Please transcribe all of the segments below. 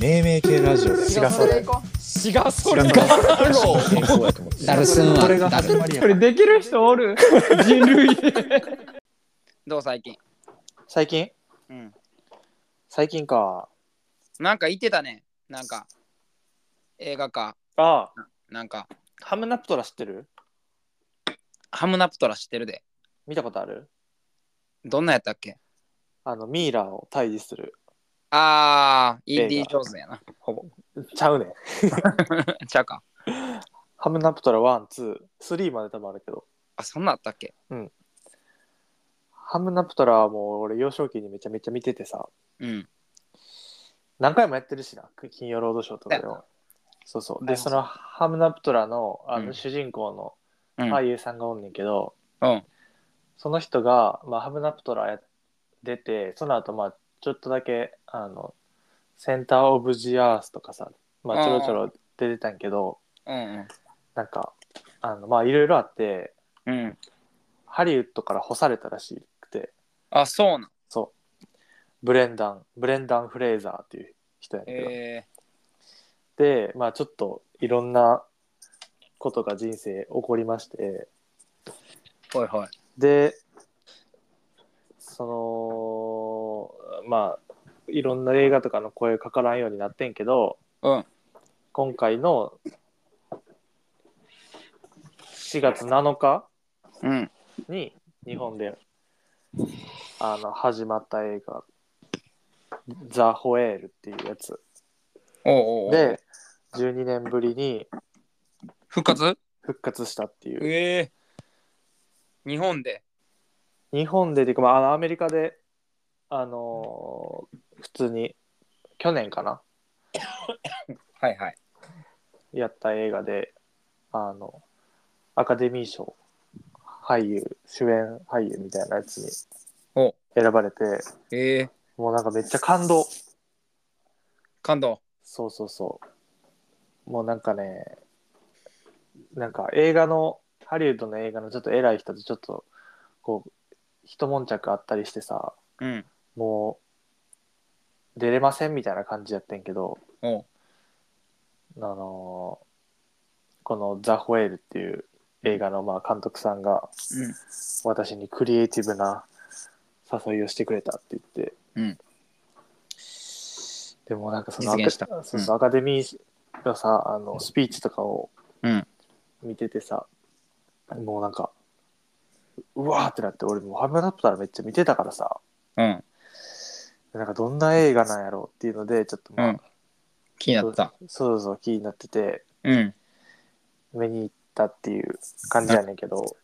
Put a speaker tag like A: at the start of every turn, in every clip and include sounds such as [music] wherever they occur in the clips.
A: 命名系ラジオだよ
B: 違うそれ行こ
C: 違うそれ
A: 違う
C: か
A: 健康やと思って
D: ダルスンは
A: これが
D: ダ
A: 始
D: ル
A: まりや
E: これできる人おる人類
C: どう最近
B: う最近
C: うん
B: 最近か
C: なんか言ってたねなんか映画か
B: ああ
C: なんか
B: ハムナプトラ知ってる
C: ハムナプトラ知ってるで
B: 見たことある
C: どんなやったっけ
B: あのミイラを退治する
C: あーイ
B: 画
C: ンディ・ジョーンズやな [laughs] ほぼ
B: ちゃうねん
C: ちゃうか
B: ハムナプトラ123まで多分あるけど
C: あそんなんあったっけ
B: ハムナプトラはもう俺幼少期にめちゃめちゃ見ててさ
C: うん
B: 何回もやってるしな金曜ロードショーとかでもそうそうでそのハムナプトラのあ
C: うん
B: の主人公の
C: うん
B: 俳優さんがおんねんけど、
C: うん
B: その人が、まあ、ハムナプトラや出てその後まあちょっとだけあのセンター・オブ・ジ・アースとかさ、まあ、ちょろちょろ出てたんやけど
C: うん
B: なんかあのまあいろいろあって
C: うんうん
B: ハリウッドから干されたらしくて
C: あそうなん
B: そうブレンダンブレンダン・フレーザーっていう人やねんけど、
C: え
B: でまあちょっといろんなことが人生起こりまして
C: ー、ほいほい
B: でそのまあいろんな映画とかの声かからんようになってんけど
C: うん
B: 今回の4月7日
C: うん
B: に日本であの始まった映画「ザ・ホエール」っていうやつ
C: おうおうおう
B: で12年ぶりに
C: 復活
B: 復活したっていう
C: ええ日本で
B: 日本でてか、まああの、アメリカで、あのー普通に去年かな
C: はいはい
B: やった映画であのアカデミー賞俳優主演俳優みたいなやつに
C: お
B: 選ばれて
C: ええ
B: もうなんかめっちゃ感動
C: 感動
B: そうそうそうもうなんかねなんか映画のハリウッドの映画のちょっと偉い人とちょっとこう一悶着あったりしてさ
C: うん
B: もう出れませんみたいな感じやってんけど、
C: おう
B: あのーこの「ザ・ホエール」っていう映画のまあ監督さんが
C: うん
B: 私にクリエイティブな誘いをしてくれたって言って、
C: うん
B: でもなんかその
C: 実現した
B: アカそうそうアカデミーのさあのスピーチとかを
C: うん
B: 見ててさ、もうなんかうわーってなって俺もうハムナプターめっちゃ見てたからさ、
C: うん
B: なんかどんな映画なんやろうっていうので、ちょっとまあ、
C: うん気になった
B: そうそう気になってて、
C: うん
B: 目に行ったっていう感じやねんけど、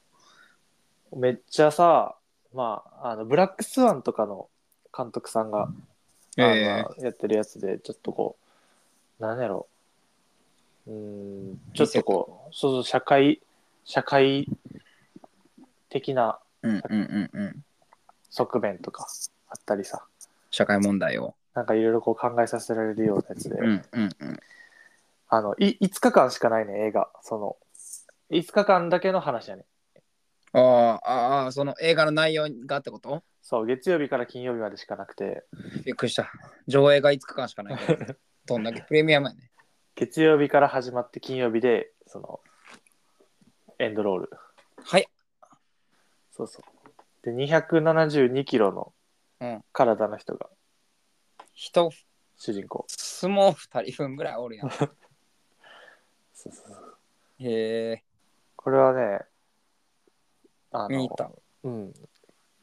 B: めっちゃさ、まあ、あの、ブラックスワンとかの監督さんが、
C: え
B: あの
C: え
B: やってるやつで、ちょっとこう、なんやろう、うーん、ちょっとこう、そうそう、社会、社会的な
C: うんうんうんうん
B: 側面とかあったりさ、
C: 社会問題を
B: なんかいろいろこう考えさせられるようなやつで、
C: うんうんうん
B: あの、い、5日間しかないね、映画。その、5日間だけの話やね。
C: ああああその映画の内容がってこと
B: そう、月曜日から金曜日までしかなくて、
C: びっくりした上映が5日間しかないからどんだけプレミアムやね
B: 月曜日から始まって金曜日で、その、エンドロール。
C: はい
B: そうそう。で、272キロの
C: うん
B: 体の人が
C: 人
B: 主人公。
C: 相撲2人分ぐらいおるやんへ
B: そうそうそう
C: え
B: これはね、あ
C: 見に行った
B: うん。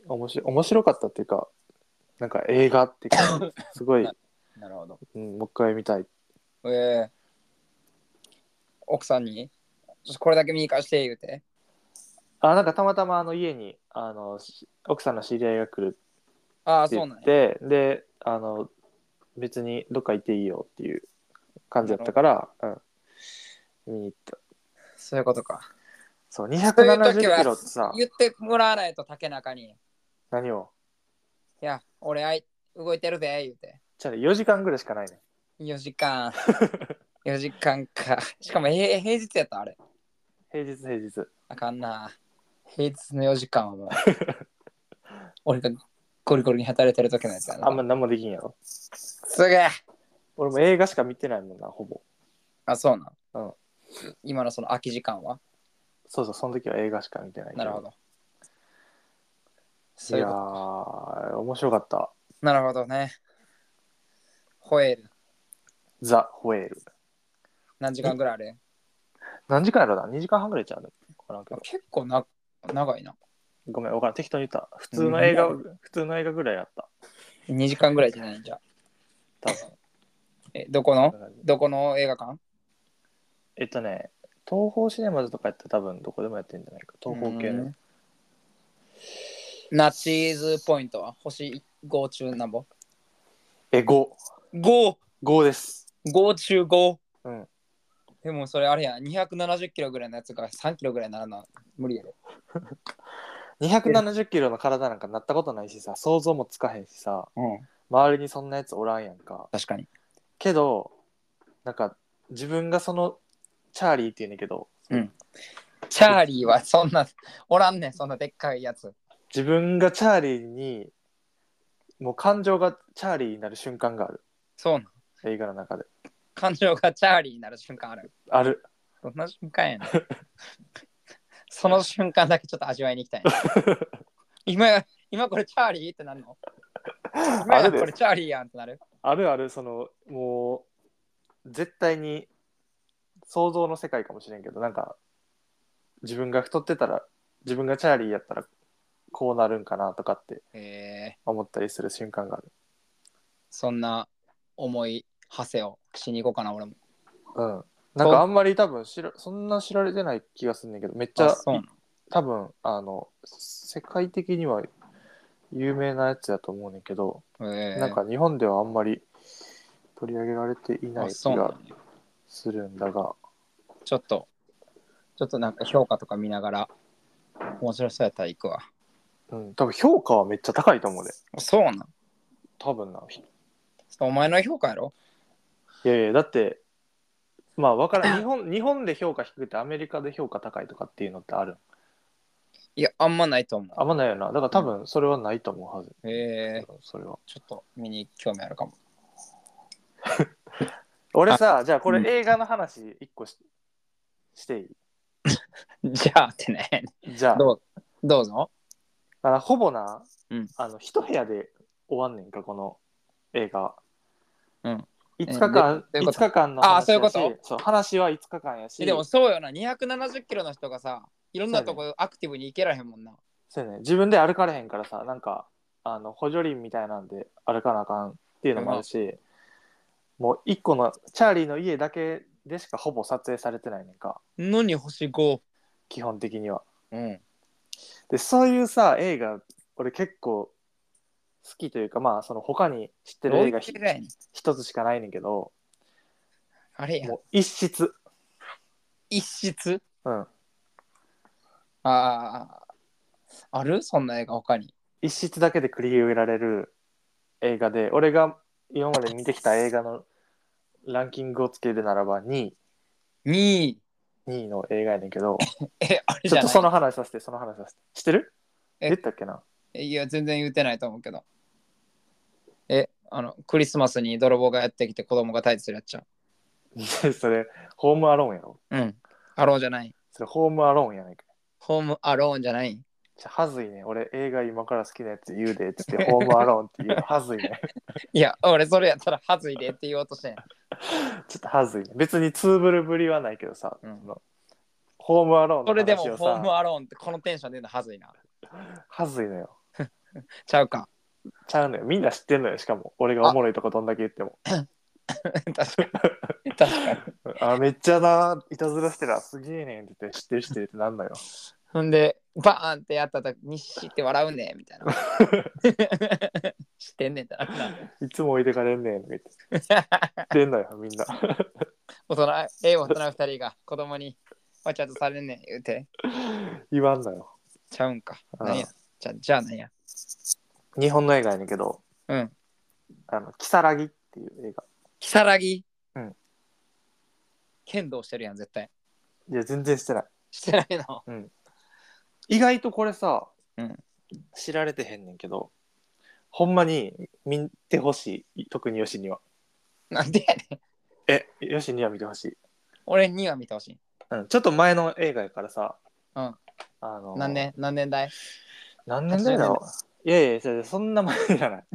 B: 面白い面白かったっていうか、なんか映画っていう
C: [laughs]
B: か、すごい、
C: なるほど
B: うん、もう一回見たい。
C: ええ奥さんにちょっとこれだけ見に行かして言うて
B: あなんかたまたまあの家にあのし奥さんの知り合いが来る
C: ああ
B: って
C: そ
B: 言
C: うなん
B: っ
C: や
B: てであの別にどっか行っていいよっていう感じだったから、うん、見に行った
C: そういうことか
B: そう
C: そういう
B: 270
C: 時は
B: キロってさ
C: 言ってもらわないと竹中にい
B: 何を
C: や俺あい動いてるぜ言うて
B: じゃあね4時間ぐらいしかないね
C: 4時間4時間かしかもへ平日やったあれ
B: 平日平日
C: あかんな。平日の4時間はもう。俺がゴリゴリに働いてる時のやつやな。
B: あんま何もできんやろ
C: すげえ
B: 俺も映画しか見てないもんな、ほぼ。
C: あ、そうなん。
B: うん
C: 今のその空き時間は
B: そうそう、その時は映画しか見てないけ。
C: なるほど。
B: い
C: そうい
B: や
C: うこと
B: ー、面白かった。
C: なるほどね。ホエール。
B: ザ・ホエール。
C: 何時間ぐらいあれ
B: 何時間やろうな ?2 時間半ぐらいちゃうのわからんけ
C: あ
B: ど
C: 結構な長いな。
B: ごめん、わからん。適当に言った。普通の映画、
C: う
B: 普通の映画ぐらいやった。
C: 2時間ぐらいじゃないんじゃ。
B: 多分
C: え、どこのどこの映画館
B: えっとね、東宝シネマズとかやって多分どこでもやってんじゃないか。東宝系
C: う
B: の
C: ん。ナチーズポイントは星5中なんぼ
B: え、5。
C: ?5!5
B: 5です。
C: 中 5!
B: うん。
C: でもそれあれやん、270キロぐらいのやつが3キロぐらいにならな。無理やろ。
B: 270キロの体なんかなったことないしさ、想像もつかへんしさ、
C: うん。
B: 周りにそんなやつおらんやんか。
C: 確かに。
B: けど、なんか、自分がその、チャーリーって言うねんけど、
C: チャーリーはそんな、おらんねん、そんなでっかいやつ。
B: 自分がチャーリーに、もう感情がチャーリーになる瞬間がある。
C: そうなん。
B: 映画の中で。
C: 感情がチャーリーになる瞬間ある。
B: ある。
C: どんな瞬間
B: [laughs]
C: やねん。その瞬間だけちょっと味わいに行き
B: [laughs]
C: たいな。今や、今これチャーリーってなるの今
B: あ
C: や
B: る
C: これ
B: で。
C: チャーリーやんってなる。
B: あるある、その、もう、絶対に、想像の世界かもしれんけど、なんか、自分が太ってたら、自分がチャーリーやったら、こうなるんかなとかって
C: えー、
B: 思ったりする瞬間がある。
C: そんな思い馳せをしに行こうかな、俺も。
B: うん。なんかあんまり多分知ら、そんな知られてない気がすんねんけど、めっちゃ
C: あ、そうなの
B: 多分、あの、世界的には有名なやつだと思うねんけど、
C: えー、
B: なんか日本ではあんまり取り上げられていな
C: あ
B: い気
C: そうなの
B: がするんだが、
C: ちょっと、ちょっとなんか評価とか見ながら、面白そうやったら行くわ。
B: うん、多分評価はめっちゃ高いと思うで。
C: そうなん。ちょ
B: 多分な。
C: っとお前の評価やろ
B: いやいや、だって、まあ
C: [clears throat]
B: わからん。日本、日本で評価低くてアメリカで評価高いとかっていうのってある
C: いや、あんまないと思
B: あんまないよな。だから多分それはないと思うはず。
C: う。えー、
B: それは。
C: ちょっと見に興味あるかも。
B: 俺さ、じゃあこ
C: うん
B: れ映画の話一個ししてい
C: じゃあってね。
B: いじゃ
C: [laughs]
B: あ、
C: どうどうぞ。
B: だからほぼな、
C: うん
B: あの一部屋で終わんねんかこの映画、
C: うん、
B: 5日間、
C: えでどういうこと
B: 5日間の
C: あ
B: 話やし
C: そういうこと
B: そう話は5日間やし
C: でもそうよな、270キロの人がさ、いろんなとこアクティブに行けらへんもんな。
B: そうやね、自分で歩かれへんからさなんかあの補助輪みたいなんで歩かなあかんっていうのもあるし、もう1個のチャーリーの家だけでしかほぼ撮影されてないねんか
C: のに星5。
B: 基本的には
C: うん。
B: でそういうさ映画俺結構好きというかまあその他に知ってる映画ひ
C: どういう映画やねん
B: 一つしかないねんけど
C: あれや
B: も。う一室
C: 一室
B: うん
C: ああ。あるそんな映画他に。
B: 一室だけで繰り広げられる映画で俺が今まで見てきた映画のランキングをつけるならば2位
C: 2位。
B: 2位の映画やねんけど
C: え、あれ
B: ち
C: [laughs] じ
B: ょ
C: ゃな
B: っと
C: い
B: その話させてその話させて知ってる
C: え
B: 言ったっけない [laughs]
C: や、全然言うてないと思うけど。え、あの、クリスマスに泥棒がやってきて子供が退治するやっちゃ
B: それホームアローンやろ
C: う。うん。アローンじゃない。
B: それホームアローンやねんけ
C: ホームアローンじゃない。
B: じゃはずいね俺映画今から好きなやつ言うでって言ってホームアローンって
C: [laughs]
B: 言うのはずいね
C: いや、俺それやったら、はずいでって言おうとして [laughs] ん。
B: ちょっとはずいね。別にツーブルぶりはないけどさ、
C: うん
B: そのホームアローン
C: それで
B: の話
C: も、
B: を
C: ホーム
B: さ、
C: アローンってこのテンションで言うのはずいな。
B: はずいのよ。
C: ちゃうか。
B: ちゃうのよ。みんな知ってんのよ。しかも、俺がおもろいとこどんだけ言っても。
C: [laughs] 確かに。確かに。
B: あ、めっちゃな、いたずらしてら、すげえねんって言って、知ってる知ってるってなんのよ。
C: ほんで、バーンってやったとき、にしって笑うねみたいな。 [laughs] 知ってんねんってなるな。
B: いつも置いてかれんねんとか言って。知ってんのよ、みんな。
C: [laughs] 大人、ええ大人二人が子供に、わちゃっとされんねん言うて。
B: 言わんのよ。
C: ちゃうんか。
B: うん
C: なんや。じゃ、じゃあなんや。
B: 日本の映画やねんけど、
C: うん。
B: あの、キサラギっていう映画。
C: キサラギ。
B: うん。
C: 剣道してるやん、絶対。
B: いや、全然してない。
C: してない
B: [laughs]
C: の。
B: 意外とこれさ、
C: うん
B: 知られてへんねんけど、ほんまに見てほしい。特によしには。
C: なんでやねん
B: え、よしには見てほしい。
C: 俺には見てほしい。
B: うん、ちょっと前の映画やからさ。
C: うん。
B: あの
C: 何年何年代
B: 何年代だろういやいやそれ、そんな前じゃない。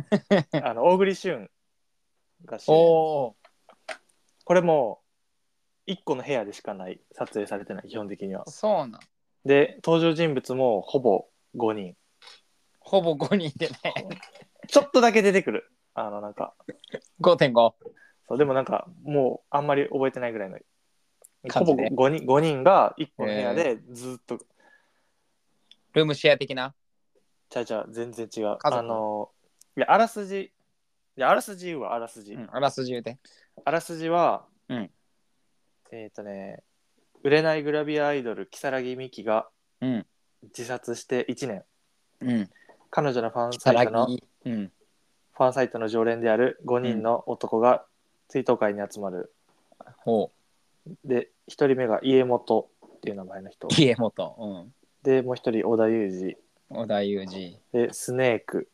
B: あの、大栗旬が主演
C: おお
B: これも、一個の部屋でしかない、撮影されてない、基本的には
C: ー、。そうなん。
B: で、登場人物もほぼ5人。
C: ほぼ5人でね。 [laughs]
B: ちょっとだけ出てくる。あの、なんか、
C: 5.5。
B: そうでもなんか、もうあんまり覚えてないぐらいの。ほ
C: 感
B: ぼ
C: じで
B: 5人 ,5 人が1個の部屋でずっと、
C: ルームシェア的な。
B: ちゃうちゃう、全然違
C: 家
B: う。
C: 族
B: あの、いや、あらすじ、いや、あらすじ言うわ、あらすじ。
C: うん、あらすじ言うて。
B: あらすじは、
C: うん
B: えっ、とね売れないグラビアアイドル如月美紀が
C: うん。
B: 自殺して1年
C: うん。
B: 彼女のファン
C: さ
B: サイ
C: ら
B: トのフ
C: ぎ。うん。
B: ァンサイトの常連である5人の男が追悼会に集まる、
C: ほ
B: で1人目が家元っていう名前の人
C: う。家元。
B: でもう1人織田裕
C: うん。小田裕二。
B: 二でスネーク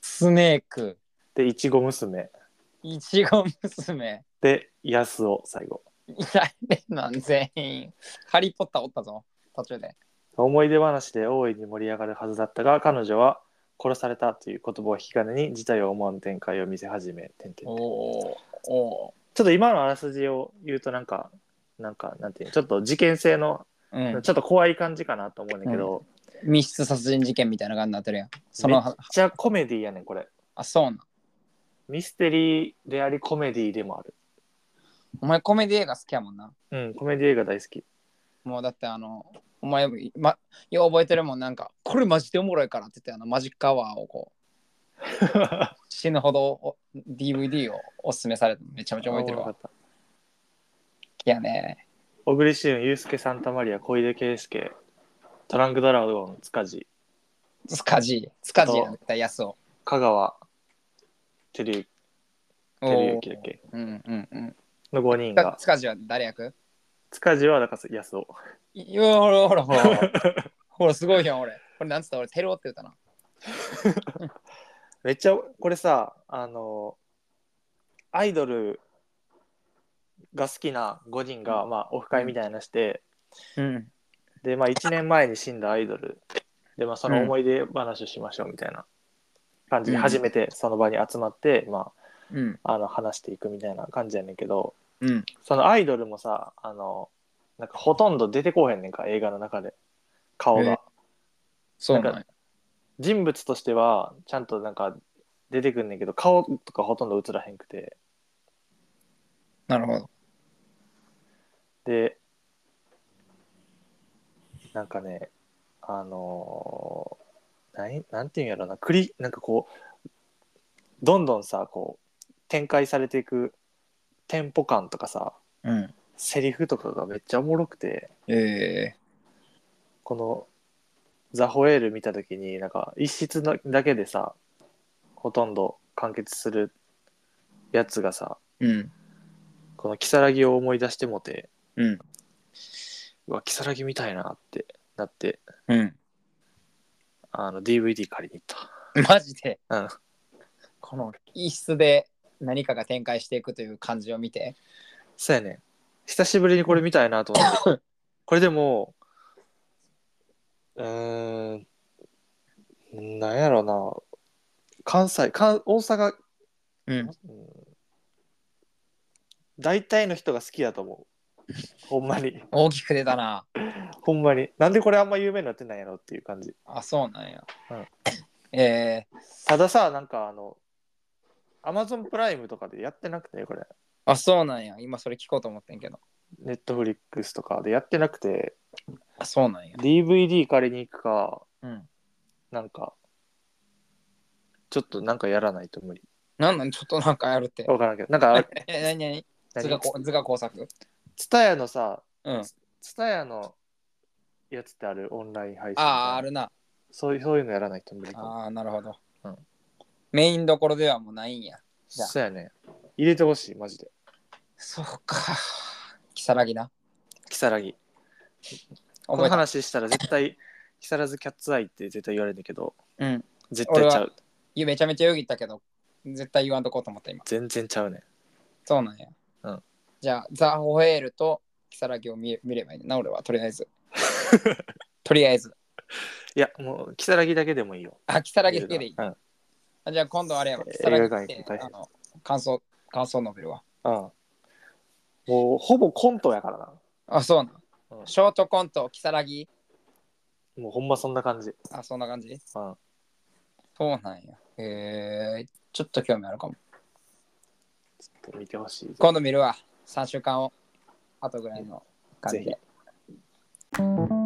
C: スネーク。
B: でいちご娘
C: いちご娘。
B: で安尾最後
C: いられなん全員。ハリー・ポッターおったぞ。途中で。
B: 思い出話で大いに盛り上がるはずだったが彼女は殺されたという言葉を引き金に事態を思わぬ展開を見せ始めてんてんてん
C: おお。おお。
B: ちょっと今のあらすじを言うとなんか、なんか、なんていうのちょっと事件性の、
C: うん
B: ち。ょっと怖い感じかなと思うんだけど、
C: 密室殺人事件みたいな感じになってるやん。そ
B: めっ
C: の、
B: ちゃコメディやねん、これ。
C: あ、そうなん。
B: ミステリーでありコメディでもある。
C: お前コメディ映画好きやもんな。
B: うん、コメディ映画大好き。
C: もうだってあの、お前、ま、よう覚えてるもん、なんか、これマジでおもろいからって言って、あの、マジックアワーをこう、死ぬほどお DVD をおすすめされて、めちゃめちゃ覚えてる
B: おも
C: わ。
B: ろ
C: い
B: かった
C: やね。
B: 小栗旬、ユースケ・サンタマリア、小出圭介、トランクドラゴン、塚地、
C: スカジー、スカジーや絶対安を。
B: 香川、照之、
C: お
B: 照
C: ー
B: 之だっけ
C: うんうんうん。
B: の5人
C: スカ
B: が。
C: スカジーは誰役
B: 塚地は、だから安尾。
C: いや、ほらほらほ [laughs] ら。ほら、すごいやん、俺。これなんつった俺、テロって言ったな。
B: めっちゃこれさあのアイドルが好きな5人が、まあ、オフ会みたいなのして、
C: うん。
B: で、まあ、1年前に死んだアイドルで、まあ、その思い出話をしましょうみたいな感じで
C: うん
B: 初めてその場に集まって、ま
C: うん。
B: あ、あの話していくみたいな感じやねんけど
C: うん。
B: そのアイドルもさあのなんかほとんど出てこうへんねんか映画の中で顔が、
C: えーそうなん
B: な
C: や。
B: 人物としてはちゃんとなんか出てくんねんけど顔とかほとんど映らへんくて。
C: なるほど。
B: でなんかねあのーなんなんていうんやろなクリなんかこうどんどんさこう展開されていくテンポ感とかさ
C: うん。
B: セリフとかがめっちゃおもろくて
C: え
B: この「ザ・ホエール」見た時になんか一室のだけでさほとんど完結するやつがさ
C: えうん。
B: この如月を思い出してもて
C: うん。
B: うわ如月みたいなってなって
C: うん。
B: あの DVD 借りに行っ
C: マジで、
B: うん
C: この一室で何かが展開していくという感じを見て、
B: た。そうやねん。久しぶりにこれ見たいなと思 [coughs] って。これでも、うーん、なんやろな。関西、関大阪、
C: うん、
B: うん、大体の人が好きやと思う。ほんまに。
C: 大きく出たな。
B: ほんまに。なんでこれあんま有名になってないやろっていう感じ。
C: あ、そうなんや。
B: うん
C: えー、
B: たださ、なんかあの、アマゾンプライムとかでやってなくて、これ。
C: あ、そうなんや。今それ聞こうと思ってんけど。
B: ネットフリックスとかでやってなくて、
C: あ、そうなんや。
B: DVD 借りに行くか、
C: うん。
B: なんか、ちょっとなんかやらないと無理。
C: なんなんちょっとなんかやるって。
B: わからんけど、なんか [laughs] あ、
C: え、なになに図画
B: 何
C: こ図画工作
B: ツタヤのさ、
C: うん。あ
B: ツタヤのやつってあるオンライン配信。
C: あー、あるな。
B: そういう、そういうのやらないと無理かも。
C: ああ、なるほど、
B: うん
C: メインどころではもうないんや。じゃあ
B: そうやね。入れてほしい、マジで。
C: そうか。キサラギな。
B: キサラギ。
C: 覚
B: この
C: えた。
B: 話したら絶対、 [laughs] 木更津キャッツアイって絶対言われるんだけど、
C: うん。
B: 絶対ちゃう。
C: めちゃめちゃよぎったけど、絶対言わんとこうと思った今。
B: 全然ちゃうね。
C: そうなんや。
B: うん
C: じゃあ、ザ・ホエールとキサラギを見見ればいいな、俺は、とりあえ
B: [laughs]
C: ず。とりあえず。
B: いや、もう、キサラギだけでもいいよ。
C: あ、キサラギだけでいい。
B: うん。
C: あじゃあ、今度あれやわ、
B: えー
C: キサラギ
B: 映画館
C: で
B: 行くの大
C: あ
B: 変
C: の感想、感想述べるわ。
B: うん。もう、ほぼコントやからな。
C: あ、そうなん。
B: うん
C: ショートコント、キサラギ。
B: もう、ほんまそんな感じ。
C: あ、そんな感じ
B: うん。
C: そうなんや。へえー、ちょっと興味あるかも。
B: 見てほしい。
C: 今度見るわ、3週間を。あとぐらいの感じで。
B: ぜ